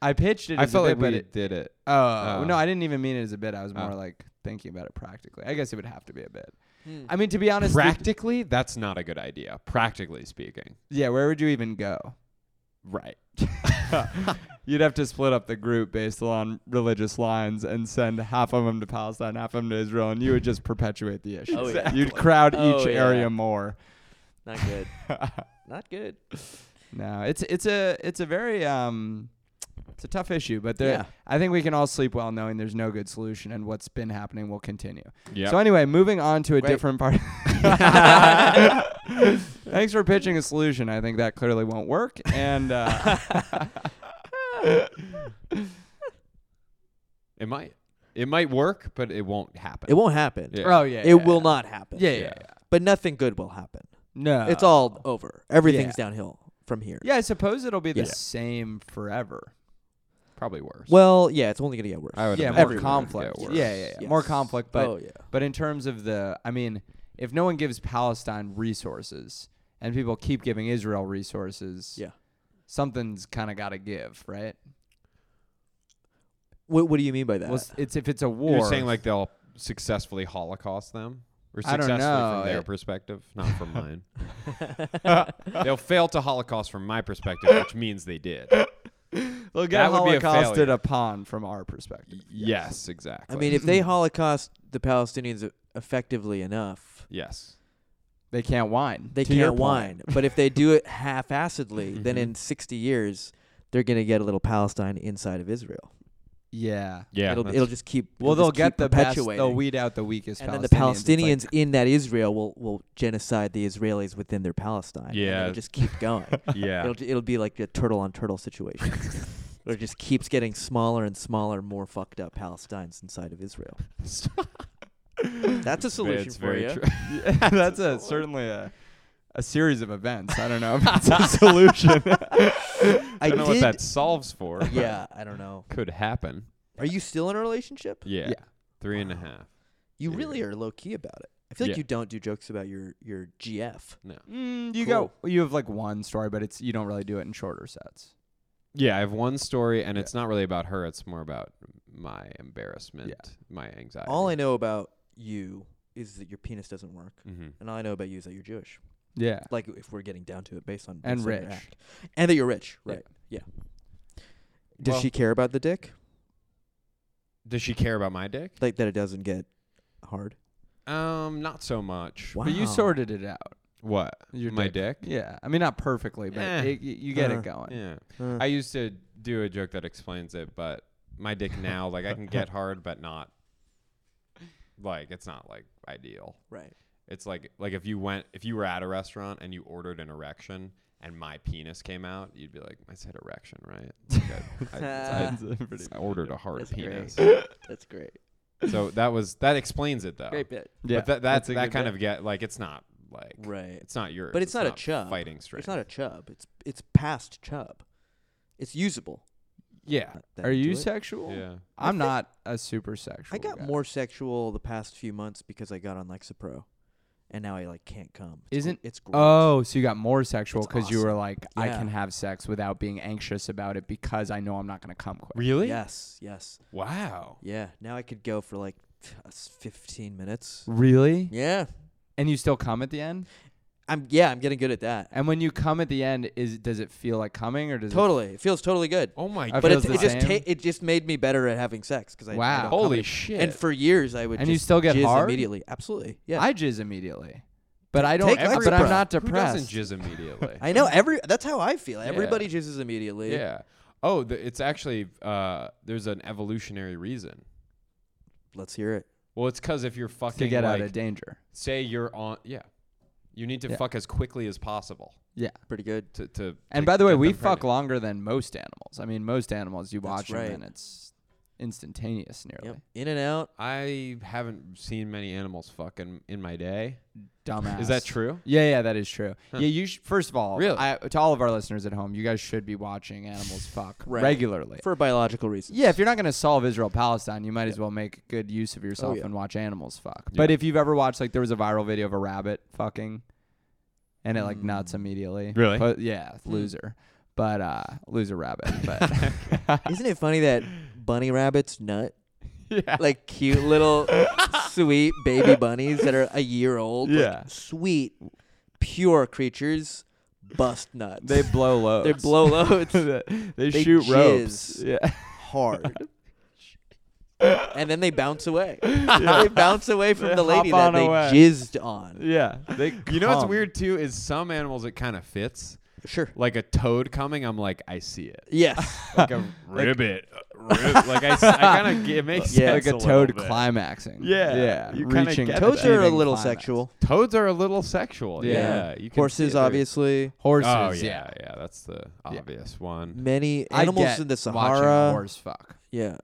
I pitched it.
I
as a
felt
bit,
like
but
we
it-
did it.
Oh
Oh.
no, I didn't even mean it as a bit. I was
Oh.
more like thinking about it practically. I guess it would have to be a bit.
Hmm.
I mean, to be honest, the-
Practically, that's not a good idea. Practically speaking,
yeah. Where would you even go? Right. You'd have to split up the group based on religious lines and send half of them to Palestine, half of them to Israel, and you would just perpetuate the issue.
Oh, yeah.
You'd crowd
Oh,
each
yeah.
area more.
Not good. Not good.
No, it's it's a it's a very um it's a tough issue, but there
Yeah.
I think we can all sleep well knowing there's no good solution and what's been happening will continue.
Yeah.
So anyway, moving on to a
Great.
different part. Thanks for pitching a solution. I think that clearly won't work and uh,
it might it might work, but it won't happen.
It won't happen.
Yeah.
Oh yeah.
It will not happen.
Yeah, yeah, yeah.
But nothing good will happen.
No.
it's all over. Everything's
yeah.
downhill from here.
Yeah, I suppose it'll be the
Yeah.
same forever.
Probably worse.
Well, yeah, it's only gonna get worse.
I would
yeah, more
imagine.
Everywhere.
conflict.
Yeah,
Yeah,
worse.
yeah, yeah. More
Yes.
conflict, but
oh yeah.
But in terms of the, I mean, if no one gives Palestine resources and people keep giving Israel resources,
Yeah.
something's kind of got to give, right?
What What do you mean by that?
Well, it's- it's if it's a war.
You're saying like they'll successfully Holocaust them, or
I don't
successfully
know.
from their
It-
perspective, not from mine. they'll fail to Holocaust from my perspective, which means they did.
they'll
that would be a
holocausted
failure.
upon from our perspective.
Yes, exactly.
I mean, if they holocaust the Palestinians e- effectively enough,
yes,
They can't whine.
they
to your
can't
point. Mm-hmm.
whine. but if they do it half-assedly, then in 60 years they're gonna get a little Palestine inside of Israel.
Yeah.
yeah,
it'll
that's-
it'll just keep.
Well,
it'll
they'll
just
get
keep
the best. They'll
perpetuating.
weed out the weakest.
and
Palestinians.
then the
It's
Palestinians
like-
in that Israel will will genocide the Israelis within their Palestine. and
Yeah.
it'll just keep going.
yeah,
It'll j- it'll be like a turtle on turtle situation. where it just keeps getting smaller and smaller, more fucked up Palestines inside of Israel. That's a solution
it's
for
very
you.
true.
yeah, that's a certainly a a series of events. I don't know if it's a solution.
I
I
don't know what
did-
that solves for. but
Yeah, I don't know.
could happen.
Are you still in a relationship?
Yeah,
Yeah.
three and a half.
You
Yeah.
really are low key about it. I feel like
Yeah.
you don't do jokes about your your GF.
Mm, you
Cool.
go. You have like one story, but it's you don't really do it in shorter sets.
Yeah, I have one story, and it's not really about her. It's more about my embarrassment, my anxiety.
All I know about you is that your penis doesn't work,
Mm.
Mhm.
and all I know about you is that you're Jewish.
Yeah.
Like if we're getting down to it, based on
And
based on your
rich.
act. and that you're rich,
Yeah.
right? Yeah. Does
Well-
she care about the dick?
Does she care about my dick?
Like that it doesn't get hard.
Um, not so much.
But you
Wow.
sorted it out.
What?
Your
my dick?
Yeah. I mean, not perfectly, but
Eh.
it, y- you get
Uh,
it going.
Yeah.
Uh,
I used to do a joke that explains it, but my dick now, like I can get hard, but not like it's not like ideal.
right.
It's like like if you went if you were at a restaurant and you ordered an erection and my penis came out, you'd be like, I said erection, right? Like, I, I,
It's, uh, pretty-
I, I ordered a hard
That's
penis.
That's great.
so that was that explains it
Oh.
though.
Great bit.
yeah.
But that that,
that's a
that
good
kind
bit.
of get like it's not like
Right.
it's not yours.
But it's not a chub.
fighting strength.
It's not a chub. It's it's past chub. It's usable.
yeah.
Not that
Are
into
you
it.
sexual?
Yeah.
I'm not a super sexual.
I got
guy.
more sexual the past few months because I got on Lexapro, and now I like can't come. It's gr-
Isn't-
it's great?
Oh, so you got more sexual
It's
because you were like, I
Yeah.
can have sex without being anxious about it because I know I'm not going to come quick.
Really?
yes, yes,
Wow.
yeah. Now I could go for like uh, s- fifteen minutes.
Really?
Yeah,
And you still come at the end?
I'm. Yeah, I'm getting good at that.
And when you come at the end, is does it feel like coming or does
Totally, it feels totally good.
Oh my
I
god.
but
feels
it,
the
it just
same?
ta- it just made me better at having sex because I I
Wow.
don't come
Holy
in-
shit.
And for years I would
And
just
you still get
jizz
hard?
immediately. Absolutely, yeah.
it? I jizz immediately, but I don't.
Take
But
Lexapro.
I'm not
Who
depressed.
doesn't jizz immediately?
I know every. That's how I feel.
Yeah.
Everybody jizzes immediately.
yeah. Oh, the, it's actually uh, there's an evolutionary reason.
Let's hear it.
Well, it's because if you're fucking
to get
like,
out of danger.
say you're on, yeah, you need to
Yeah.
fuck as quickly as possible
Yeah.
Pretty good.
to to.
And
to
by the way,
get
we
them
fuck
pregnant.
longer than most animals. I mean, most animals you
That's
watch
right.
them and it's instantaneous
Yep.
nearly.
In and out.
I haven't seen many animals fucking in my day.
Dumbass.
Is that true?
Yeah, yeah, that is true.
Huh.
Yeah, you sh- first of all,
Really?
I, to all of our listeners at home, you guys should be watching animals fuck
Right.
regularly.
For biological reasons.
yeah, if you're not going to solve Israel Palestine, you might as well make good use of yourself
yeah.
and watch animals fuck.
Oh, Yeah.
But if you've ever watched, like, there was a viral video of a rabbit fucking, and it like nuts immediately.
Hmm. Really? Hmm.
But, yeah, loser. But uh, loser rabbit. But
Isn't it funny that bunny rabbits nut?
yeah,
Like cute little sweet baby bunnies that are a year old. like
Yeah.
sweet, pure creatures, bust nuts.
They blow loads.
they blow loads
they,
They
shoot ropes.
jizz.
Yeah.
hard. and then they bounce away. They bounce away from
They
the lady
hop on
that they
away.
jizzed on.
Yeah. They
You know what's
come.
weird too is some animals it kind of fits.
Sure.
Like a toad coming, I'm like, I see it.
Yes.
Like a ribbit, rib- like I, s- I kind of it makes
Yeah.
sense
like a
little
toad
bit.
climaxing.
Yeah,
Yeah.
you kinda
Reaching.
get
Toads are a
achieving
little
climax.
sexual.
Toads are a little sexual.
Yeah.
Yeah, you can see
Horses,
it. They're-
obviously.
Horses.
Oh yeah,
yeah.
yeah, that's the obvious one.
Many
I
animals
get
in the
watching
Sahara.
Horse fuck.
Yeah.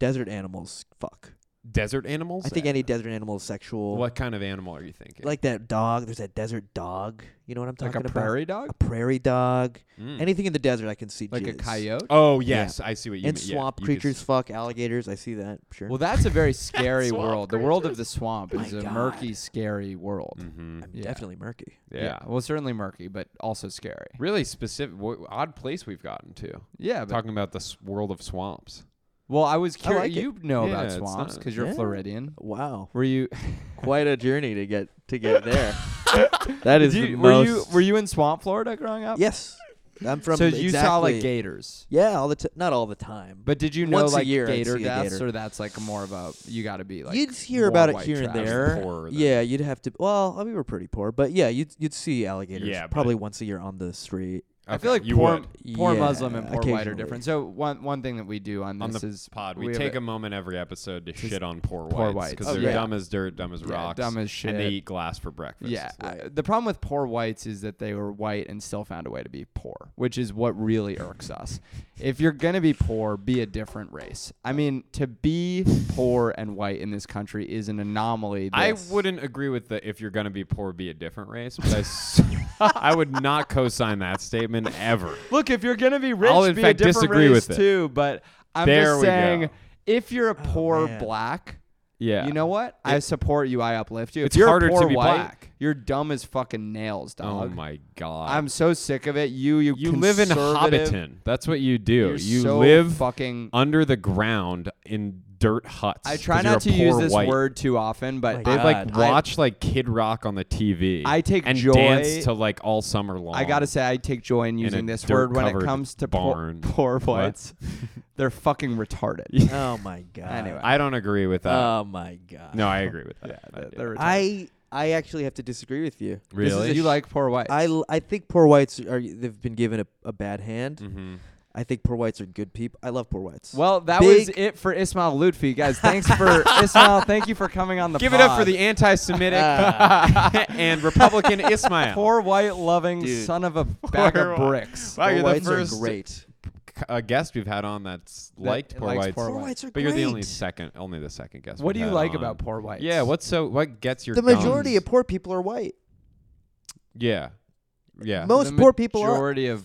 Desert animals. Fuck.
Desert animals.
I think any desert animal is sexual.
What kind of animal are you thinking?
Like that dog. There's that desert dog. You know what I'm
Like
talking
a
about?
prairie dog?
A prairie dog.
Mm.
Anything in the desert, I can see.
Like a
jizz.
coyote?
Oh yes, I see what you
And
mean.
swamp
yeah, you could
creatures, fuck alligators. I see that. Sure.
Well, that's a very scary
Swamp
world. The world of the swamp
My
is a
God.
murky, scary world.
s- Mhm.
I'm
yeah.
definitely murky.
Yeah.
Well, certainly murky, but also scary.
Really specific, w- odd place we've gotten to.
Yeah. But,
Talking about the s- world of swamps.
well, I was curious.
like it.
you know
Yeah,
about
it's
swamps
not-
because you're
Yeah.
Floridian.
Wow.
Were you?
Quite a journey to get to get there. that is
Do
the
you- were
most.
you were you in swamp Florida growing up?
Yes. I'm from.
so you saw like
exactly-
gators.
Yeah, all the t- not all the time,
But did you know
Once a
like
year I'd
gator
see a
deaths,
gator.
or that's like more of a you got to be like
you'd hear
more
about it
white
here and
trash.
there.
Poorer than-
Yeah, you'd have to. Well, we were pretty poor, but yeah, you'd you'd see alligators
Yeah, but-
probably once a year on the street.
I feel like
you
poor,
would.
poor
Yeah,
Muslim and poor white are
occasionally.
different. So one one thing that we do on
on
this
the
is
pod. We,
have
take
a-
a moment every episode to shit on poor
poor
whites because
whites. Oh,
they're
Yeah.
dumb as dirt, dumb as
Yeah,
rocks,
dumb as shit.
and they eat glass for breakfast.
Yeah, I- the problem with poor whites is that they were white and still found a way to be poor, which is what really irks us. If you're gonna be poor, be a different race. I mean, to be poor and white in this country is an anomaly. That
I wouldn't agree with the if you're gonna be poor, be a different race, but I, s- I would not co-sign that statement ever.
Look, if you're gonna be rich,
I'll in
be
fact
a different
disagree
race
with it.
too. But I'm
There
just
we
saying,
go.
if you're a poor
man.
black,
Yeah,
you know what? I support you. I uplift you. If
It's
you're a
harder to
poor
be
white,
black.
You're dumb as fucking nails,
Oh
dog.
my god,
I'm so sick of it. You, you,
you live in
conservative-
Hobbiton. That's what you do.
You're
you
so
live
fucking.
under the ground in dirt huts.
I try
'cause you're
not
a
to use
poor
this
white.
word too often, but
My
They
I,
God.
like
I-
watch like Kid Rock on the TV.
I take
and
joy-
dance to like all summer long.
I gotta say I take joy in using
a
this word when it
dirt-covered
comes to poor,
barn.
poor whites. They're fucking retarded.
oh my god.
Anyway.
I don't agree with that.
Oh my god.
No, I agree with that. I
they're,
do.
Uh, they're retarded.
I I actually have to disagree with you.
This is
really?
a- you like poor whites?
I, l- I think poor whites are they've been given a, a bad hand.
Mhm.
I think poor whites are good people. I love poor whites.
well, that was
Big-
it for Ismail Lutfi, guys. Thanks for Ismail. Thank you for coming on the.
Give it up for
pod.
the anti-Semitic and Republican Ismail.
poor white loving
Dude.
son of a bag of
white.
bricks.
Wow,
poor
you're the
whites
first
are great.
c- uh, guest we've had on that's liked poor
likes
whites,
poor
Poor
white.
whites are
but
great.
you're the only second, only the second guest.
What do
we've
you
had
like
on.
about poor whites?
Yeah, what's so what gets your
the majority
gums?
of poor people are white.
yeah, yeah.
Most
the
poor people are.
Majority of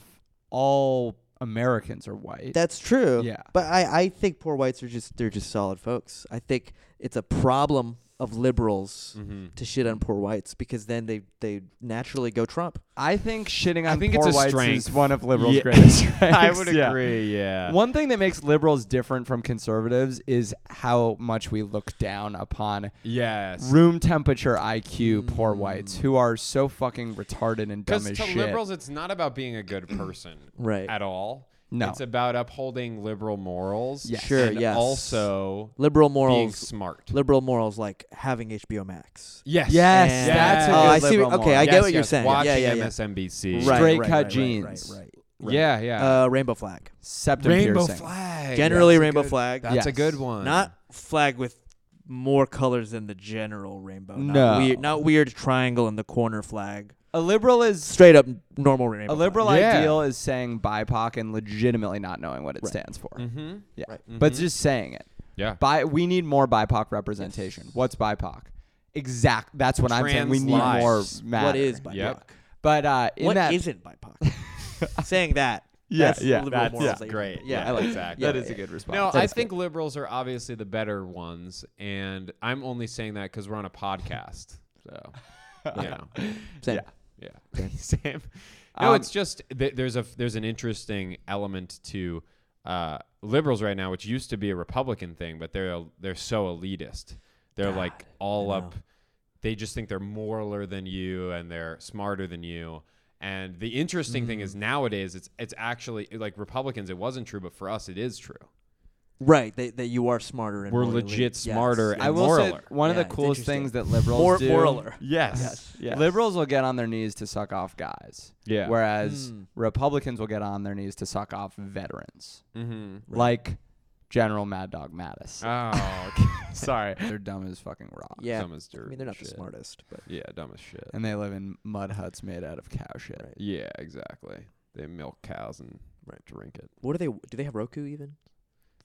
all Americans are white.
That's true.
Yeah.
But I, I think poor whites are just they're just solid folks. I think it's a problem of liberals
Mhm.
to shit on poor whites because then they they naturally go Trump.
I think shitting on
I think
poor
it's a
whites is
strength.
one of liberals'
Yeah.
greatest strengths.
I would
yeah.
agree. Yeah.
One thing that makes liberals different from conservatives is how much we look down upon
Yes.
room temperature IQ poor whites who are so fucking retarded and dumb
Because
as
to
shit.
liberals, it's not about being a good person
Right.
at all.
No.
It's about upholding liberal morals.
Yes.
Sure,
And
yes.
also
Liberal
being
morals.
smart.
Liberal morals like having HBO Max.
yes.
yes,
And-
that's a
Oh,
good
I see.
liberal
okay, I
moral.
get
Yes,
what you're
yes,
saying.
Watching
yeah, yeah, yeah.
MSNBC.
Right,
Straight
right,
cut
right, right,
jeans.
Right, right, right.
Yeah, yeah.
Uh, rainbow flag.
septum piercing.
flag.
Generally,
That's a
rainbow
good-
flag.
That's a
Yes.
good one.
Not flag with more colors than the general rainbow.
No.
Not weird, not weird triangle in the corner flag.
A liberal is
Straight up normal rainbow.
a liberal
Yeah.
ideal is saying BIPOC and legitimately not knowing what it stands for.
Mm-hmm.
Yeah. But just saying it.
Yeah.
Bi- we need more BIPOC representation. What's BIPOC? Exact. That's what I'm saying. We
Trans
need
lives.
more
What
matter.
What is BIPOC?
Yep.
But uh, in
What
that,
isn't BIPOC? Saying that.
Yeah,
that's
yeah,
liberal
that's-
morals
yeah,
that-
great.
Yeah,
Yeah,
I like
exactly.
That,
that
Yeah,
is
yeah.
a good response.
No,
That
I
is
think
good.
liberals are obviously the better ones, and I'm only saying that because we're on a podcast. So, you know,
Same.
Yeah.
yeah, Sam. No,
Um,
it's just th- there's a there's an interesting element to uh, liberals right now, which used to be a Republican thing, but they're they're so elitist. They're like all up. They just think they're moraler than you and they're smarter than you. And the interesting thing
Mm.
is nowadays it's it's actually like Republicans. It wasn't true, but for us, it is true.
Right, that, that you are smarter and
We're
more
legit
elite. Yes.
smarter and
I will
moraler.
say one
Yeah,
of
it's
the coolest
interesting.
things that liberals
Mor-
do.
moraler.
yes.
Liberals will get on their knees to suck off guys.
Yeah.
Hmm.
Whereas
Mm.
Republicans will get on their knees to suck off veterans,
Mm-hmm.
like General Mad Dog Mattis.
Oh, okay. sorry.
They're dumb as fucking rocks.
Yeah,
Dumb as dirt.
I mean they're not
shit.
the smartest, but
Yeah, dumb as shit.
And they live in mud huts made out of cow shit.
Right.
Yeah, exactly. They milk cows and drink it.
what do they? Do they have Roku even?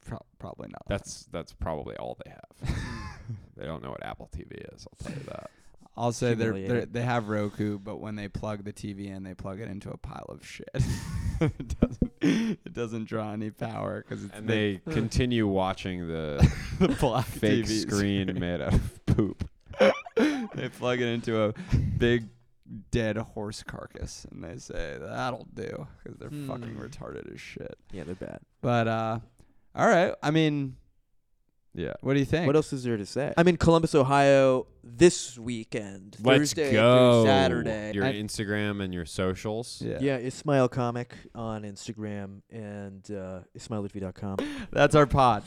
Pro- probably not.
That's that's probably all they have. they don't know what Apple TV is. I'll tell you that.
I'll say they're, they're
humiliating.
they have Roku, but when they plug the TV in, they plug it into a pile of shit. it doesn't it doesn't draw any power because it's
And
made
they continue watching the
of black
fake
TV
screen made out of poop.
they plug it into a big dead horse carcass and they say that'll do because they're fucking
Hmm.
retarded as shit.
Yeah, they're bad.
But uh, all right. I mean,
Yeah.
what do you think?
What else is there to say?
I'm in Columbus, Ohio this weekend.
Let's
Thursday
go.
Through Saturday.
Your
I-
Instagram and your socials.
yeah.
Yeah, Ismail Comic on Instagram and uh, IsmailLutfi.com.
that's our pod.